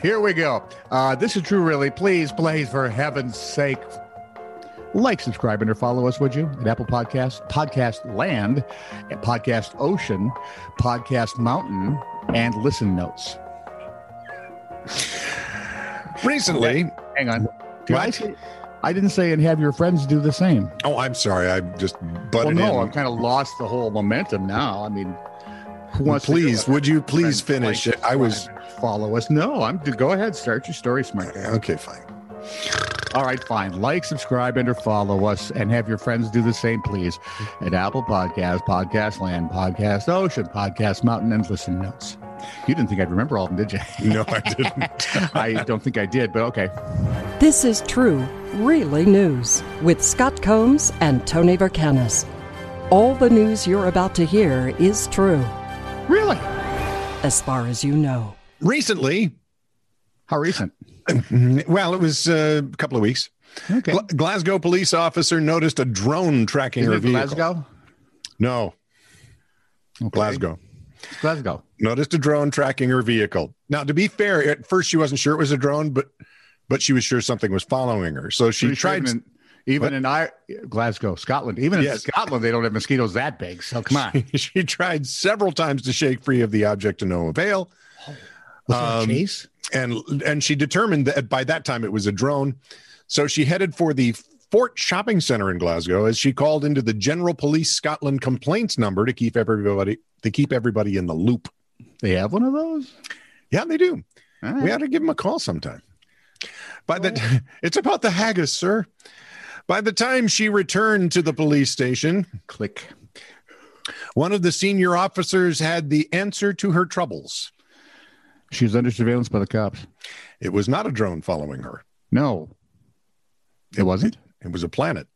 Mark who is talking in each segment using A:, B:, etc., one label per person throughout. A: Here we go. Uh, this is Drew Really. Please, please, for heaven's sake, like, subscribe, and or follow us, would you? At Apple Podcast, Podcast Land, at Podcast Ocean, Podcast Mountain, and Listen Notes.
B: Recently,
A: Hang on. Did I, say- I didn't say and have your friends do the same.
B: oh, I'm sorry, I just
A: well,
B: butted
A: no,
B: in.
A: I've kind of lost the whole momentum now. I mean, who wants to
B: please,
A: do it?
B: would you
A: Friends,
B: please finish?
A: like,
B: it? I was
A: follow us. No, I'm. Go ahead, start your story, smart guy.
B: okay, fine.
A: All right, fine. Like, subscribe, and or follow us, and have your friends do the same, please. At Apple Podcast, Podcast Land, Podcast Ocean, Podcast Mountain, and Listen Notes. You didn't think I'd remember all of them, did you?
B: No, I didn't.
A: I don't think I did, but okay.
C: This is True, Really News with Scott Combs and Tony Vercanis. All the news you're about to hear is true,
A: Really?
C: as far as you know.
B: Recently,
A: How recent?
B: well, it was uh, a couple of weeks.
A: Okay.
B: Gla- Glasgow police officer noticed a drone tracking
A: Isn't
B: her
A: it
B: vehicle.
A: Glasgow?
B: No,
A: Okay.
B: Glasgow.
A: Glasgow.
B: Noticed a drone tracking her vehicle. Now, to be fair, at first she wasn't sure it was a drone, but but she was sure something was following her. So she
A: Pretty sure
B: tried.
A: even in, even
B: What?
A: in I Glasgow, Scotland. Even in
B: Yes.
A: Scotland, they don't have mosquitoes that big. So come on.
B: she tried several times to shake free of the object to no avail.
A: Was it a
B: Um,
A: chase?
B: and and she determined that by that time it was a drone so she headed for the fort shopping center in glasgow as she called into the general police scotland complaints number to keep everybody to keep everybody in the loop
A: They have one of those.
B: yeah they do
A: All
B: we
A: right.
B: ought to give them a call sometime by the it's about the haggis sir by the time she returned to the police station
A: Click.
B: one of the senior officers had the answer to her troubles
A: She was under surveillance by the cops.
B: it was not a drone following her
A: No, it wasn't.
B: It was a planet.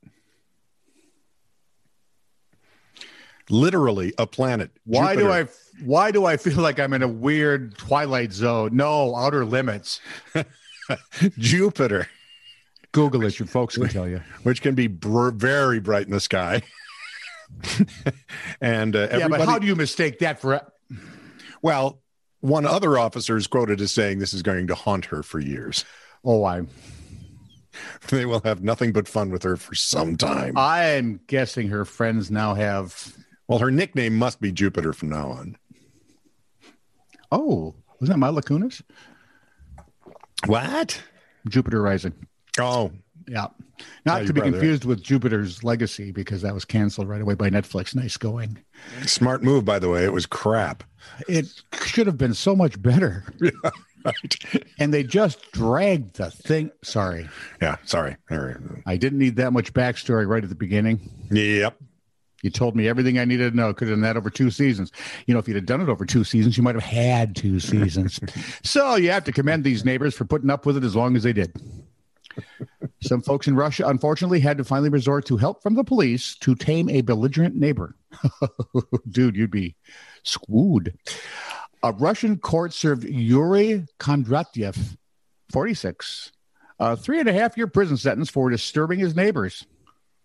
B: Literally a planet.
A: Why do
B: Jupiter.
A: I? Why do I feel like I'm in a weird twilight zone? No, outer limits.
B: Jupiter,
A: Google it. Your folks can tell you.
B: which can be br- very bright in the sky. and uh,
A: Yeah,
B: everybody,
A: but how do you mistake that for?
B: well, one other officer is quoted as saying this is going to haunt her for years.
A: Oh, I'm.
B: They will have nothing but fun with her for some
A: Uh,
B: time.
A: I'm guessing her friends now have.
B: well, her nickname must be Jupiter from now on.
A: Oh, was that my lacunas?
B: What?
A: Jupiter rising.
B: Oh,
A: Yeah.
B: Yeah,
A: Not
B: you're
A: to be
B: probably right.
A: confused with Jupiter's Legacy because that was canceled right away by Netflix. Nice going.
B: smart move, by the way. It was crap.
A: It should have been so much better. And they just dragged the thing. Sorry.
B: yeah, sorry. All right.
A: I didn't need that much backstory right at the beginning.
B: Yep.
A: You told me everything I needed to know. Could have done that over two seasons. You know, if you'd have done it over two seasons, you might have had two seasons. so you have to commend these neighbors for putting up with it as long as they did. Some folks in Russia, unfortunately, had to finally resort to help from the police to tame a belligerent neighbor. Dude, you'd be screwed. A Russian court served Yuri Kondratyev, 46, a three and a half year prison sentence for disturbing his neighbors.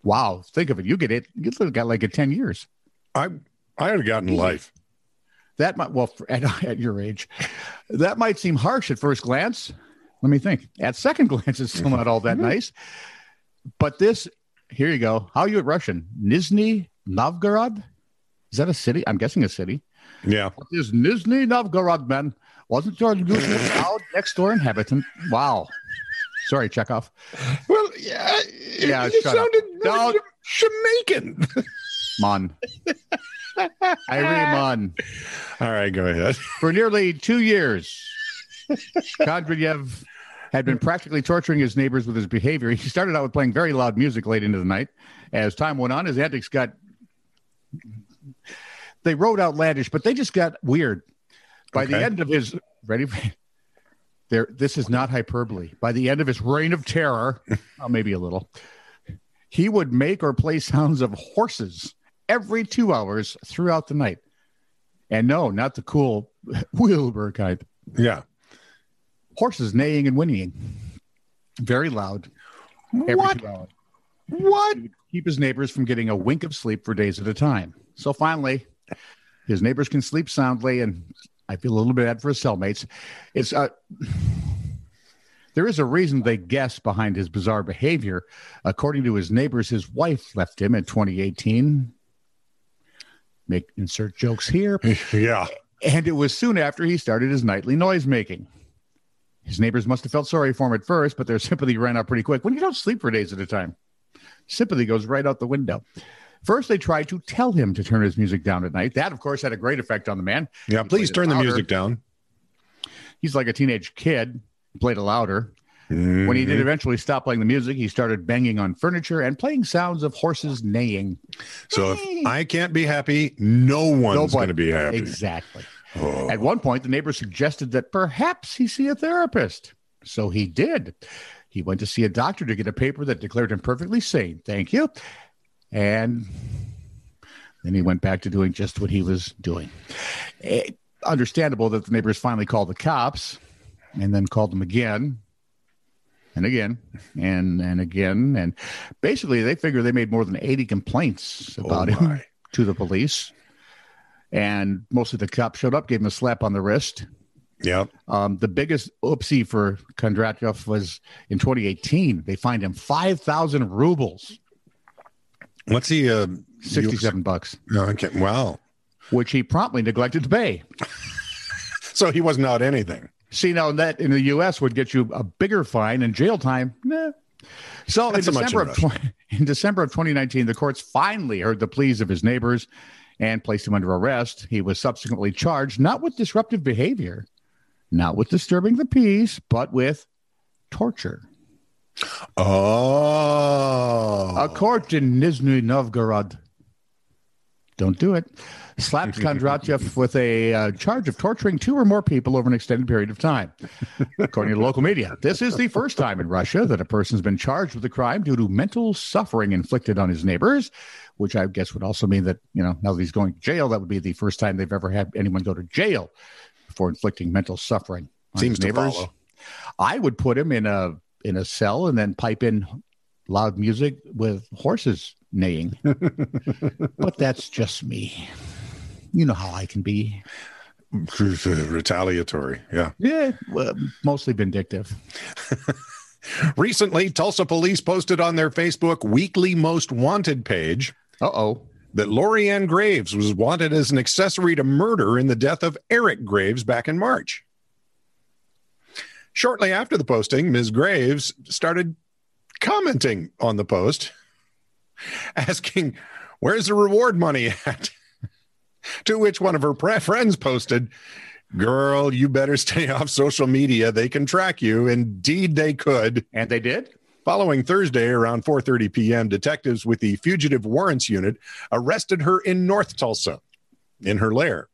A: Wow, think of it. You get it. You literally got like a 10 years.
B: I I would have gotten life.
A: That might, well, for- at, at your age, that might seem harsh at first glance. Let me think. At second glance, it's still not all that nice. But this, here you go. How are you at Russian? Nizhny Novgorod? Is that a city? I'm guessing a city.
B: Yeah.
A: What is Nizhny Novgorod, man? Wasn't your usual loud next door inhabitant? Wow. Sorry, Chekhov.
B: Well, yeah. It,
A: Yeah,
B: it
A: shut up.
B: sounded
A: No.
B: Jamaican.
A: Mon. Irene Mon.
B: All right, go ahead.
A: For nearly two years, Kondratyev had been practically torturing his neighbors with his behavior. He started out with playing very loud music late into the night. As time went on, his antics got. They rode outlandish, but they just got weird. By the
B: Okay.
A: end of his. Ready? There, this is not hyperbole. By the end of his reign of terror, well, maybe a little, he would make or play sounds of horses every two hours throughout the night. And no, not the cool Wilbur kind.
B: Yeah.
A: Horses neighing and whinnying. Very loud. Every
B: What?
A: two hours.
B: What?
A: Keep his neighbors from getting a wink of sleep for days at a time. So finally, his neighbors can sleep soundly, and I feel a little bit bad for his cellmates. It's uh, There is a reason they guess behind his bizarre behavior. According to his neighbors, his wife left him in 2018. Make insert jokes here.
B: yeah.
A: And it was soon after he started his nightly noisemaking. His neighbors must have felt sorry for him at first, but their sympathy ran out pretty quick. When you don't sleep for days at a time, sympathy goes right out the window. First, they tried to tell him to turn his music down at night. That, of course, had a great effect on the man.
B: Yeah.
A: He played
B: Please
A: it
B: turn the
A: louder.
B: music down.
A: He's like a teenage kid, He played it louder. When he
B: Mm-hmm.
A: did eventually stop playing the music, he started banging on furniture and playing sounds of horses neighing.
B: So if I can't be happy, no one's going
A: Nobody-
B: to be happy.
A: Exactly.
B: Oh.
A: At one point, the neighbor suggested that perhaps he see a therapist. So he did. He went to see a doctor to get a paper that declared him perfectly sane. Thank you. And then he went back to doing just what he was doing. Eh, understandable that the neighbors finally called the cops and then called them again and again and and again and basically they figure they made more than 80 complaints about him
B: Oh, my.
A: to the police and most of the cops showed up gave him a slap on the wrist
B: Yeah.
A: um, the biggest oopsie for Kondratyev was in 2018 they fined him 5000 rubles
B: Let's see. Uh,
A: 67 bucks
B: No, okay. Wow.
A: which he promptly neglected to pay
B: So he wasn't out anything.
A: See, now that in the U.S. would get you a bigger fine and jail time. Nah. So in
B: Not so much
A: December,
B: in
A: of tw- in December of 2019, the courts finally heard the pleas of his neighbors and placed him under arrest. He was subsequently charged not with disruptive behavior, not with disturbing the peace, but with torture.
B: Oh.
A: A court in Nizhny Novgorod. Don't do it. Slapped Kondratyev with a uh, charge of torturing two or more people over an extended period of time. According to local media, this is the first time in Russia that a person's been charged with a crime due to mental suffering inflicted on his neighbors, which I guess would also mean that, you know, now that he's going to jail, that would be the first time they've ever had anyone go to jail for inflicting mental suffering on
B: Seems
A: his
B: to
A: neighbors.
B: follow.
A: I would put him in a in a cell and then pipe in loud music with horses neighing. but that's just me. You know how I can be.
B: retaliatory. Yeah.
A: Yeah, well, mostly vindictive.
B: Recently, Tulsa police posted on their Facebook weekly most wanted page
A: Uh oh.
B: that Lori Ann Graves was wanted as an accessory to murder in the death of Eric Graves back in March. Shortly after the posting, Ms. Graves started commenting on the post, asking, Where's the reward money at? to which one of her pre- friends posted, Girl, you better stay off social media. They can track you. Indeed, they could.
A: And they did?
B: Following Thursday around 4:30 p.m., detectives with the Fugitive Warrants Unit arrested her in North Tulsa in her lair.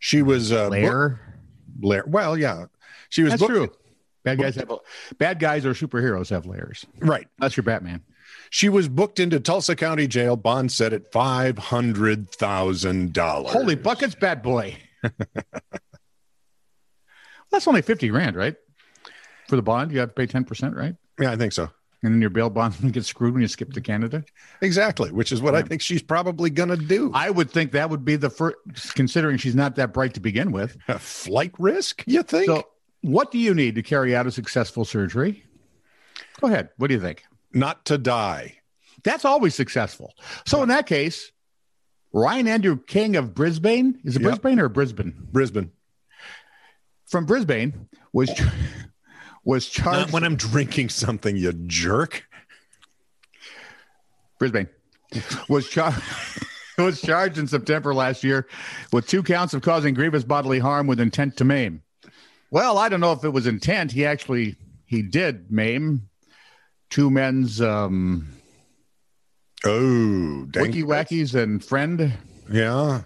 B: She was uh, booked-
A: Lair.
B: lair. Well, yeah. She was
A: That's
B: booked-
A: true. Bad guys have bad guys or superheroes have layers.
B: Right.
A: That's your Batman.
B: She was booked into Tulsa County Jail, bond set at $500,000.
A: Holy buckets, bad boy. that's only 50 grand, right? For the bond, you have to pay 10%, right?
B: Yeah, I think so.
A: And then your bail bondsman gets screwed when you skip to Canada.
B: Exactly, which is what I think she's probably going to do.
A: I would think that would be the first, considering she's not that bright to begin with.
B: Flight risk, you think?
A: So, what do you need to carry out a successful surgery? Go ahead. What do you think?
B: Not to die.
A: That's always successful. So, in that case, Ryan Andrew King of Brisbane is it
B: Yep.
A: Brisbane or Brisbane?
B: Brisbane.
A: From Brisbane was was charged.
B: Not when I'm drinking something, you jerk.
A: Brisbane was charged was charged in September last year with two counts of causing grievous bodily harm with intent to maim. Well, I don't know if it was intent. He actually he did maim two men's um,
B: Oh, dang.
A: wiki wackies and friend.
B: Yeah.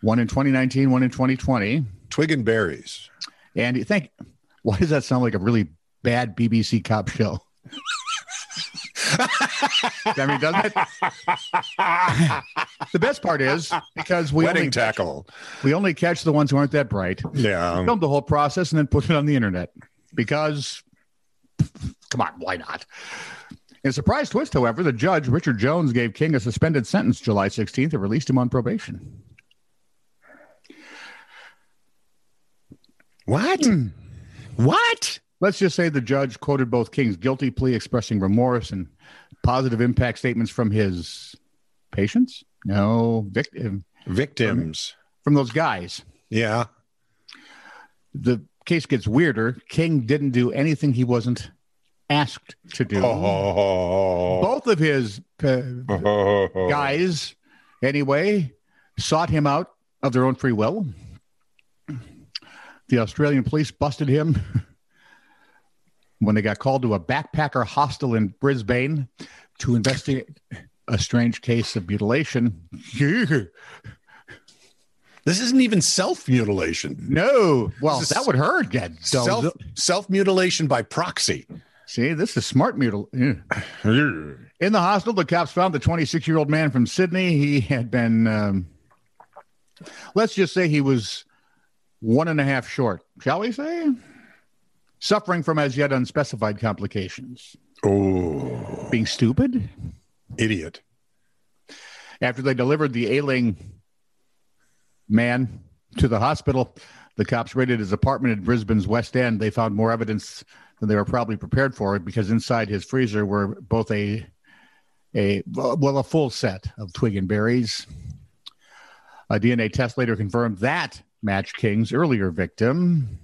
A: One in 2019, one in 2020.
B: Twig and berries.
A: And you think, why does that sound like a really bad BBC cop show? I mean, doesn't it? the best part is because we
B: Wedding
A: only,
B: tackle.
A: we only catch the ones who aren't that bright.
B: Yeah.
A: film the whole process and then put it on the internet because come on why not in a surprise twist however the judge richard jones gave king a suspended sentence july 16th and released him on probation Hmm.
B: What? What?
A: Let's just say the judge quoted both King's guilty plea, expressing remorse and positive impact statements from his patients. No, victim
B: Victims.
A: from those guys.
B: Yeah.
A: The case gets weirder. King didn't do anything he wasn't asked to do.
B: Oh.
A: Both of his uh, guys, anyway, sought him out of their own free will. The Australian police busted him when they got called to a backpacker hostel in Brisbane to investigate a strange case of mutilation.
B: This isn't even self mutilation.
A: no, well,
B: This is
A: that would hurt. That dumb-
B: Self self mutilation by proxy.
A: See, this is smart mutilation. In the hospital, the cops found the 26 year old man from Sydney. He had been, um, let's just say he was one and a half short, shall we say? Suffering from as yet unspecified complications.
B: Oh,
A: Being stupid.
B: idiot.
A: After they delivered the ailing man to the hospital, the cops raided his apartment in Brisbane's West End. They found more evidence than they were probably prepared for because inside his freezer were both a a well a full set of twig and berries. A DNA test later confirmed that matched King's earlier victim.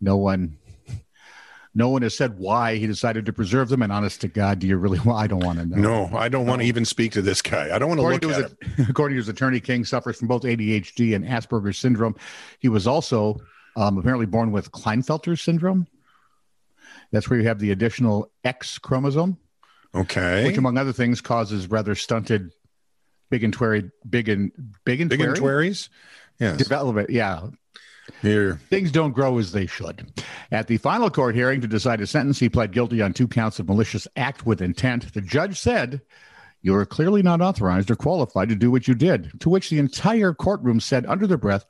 A: No one no one has said why he decided to preserve them and honest to God, do you really want I don't want to know.
B: No, I don't want to even speak to this guy. I don't want to
A: According
B: look
A: to,
B: at
A: his,
B: him.
A: according to his attorney, King suffers from both ADHD and Asperger's syndrome. He was also um, apparently born with Klinefelter syndrome. That's where you have the additional X chromosome,
B: Okay.
A: which, among other things, causes rather stunted big and twary, big and big and
B: Big and
A: twary
B: twaries? Yes.
A: development. Yeah,
B: Here.
A: things don't grow as they should. At the final court hearing to decide his sentence, he pled guilty on two counts of malicious act with intent. The judge said, You are clearly not authorized or qualified to do what you did, to which the entire courtroom said under their breath,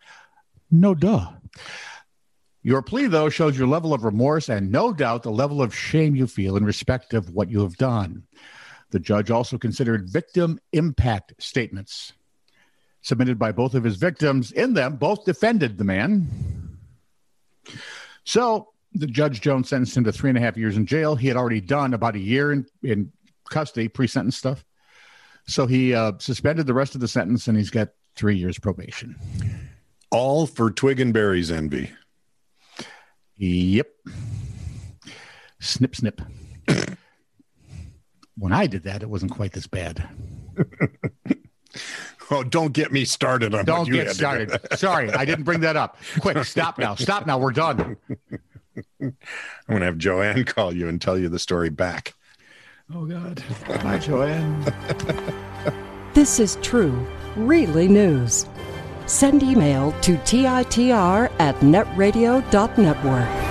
A: No duh. Your plea, though, shows your level of remorse and no doubt the level of shame you feel in respect of what you have done. The judge also considered victim impact statements submitted by both of his victims. In them, both defended the man. So the judge Jones sentenced him to three and a half years in jail. He had already done about a year in, in custody, pre sentence stuff. So he uh, suspended the rest of the sentence and he's got three years probation.
B: All for twig and berries envy.
A: Yep. Snip, snip. when I did that, it wasn't quite this bad.
B: Oh, don't get me started on what
A: Don't
B: you
A: get
B: had to do.
A: started. Sorry, I didn't bring that up. Quick, stop now. Stop now. We're done.
B: I'm going to have Joanne call you and tell you the story back.
A: Oh, God. Bye, Joanne.
C: This is true, really news. Send email to TITR at netradio.network.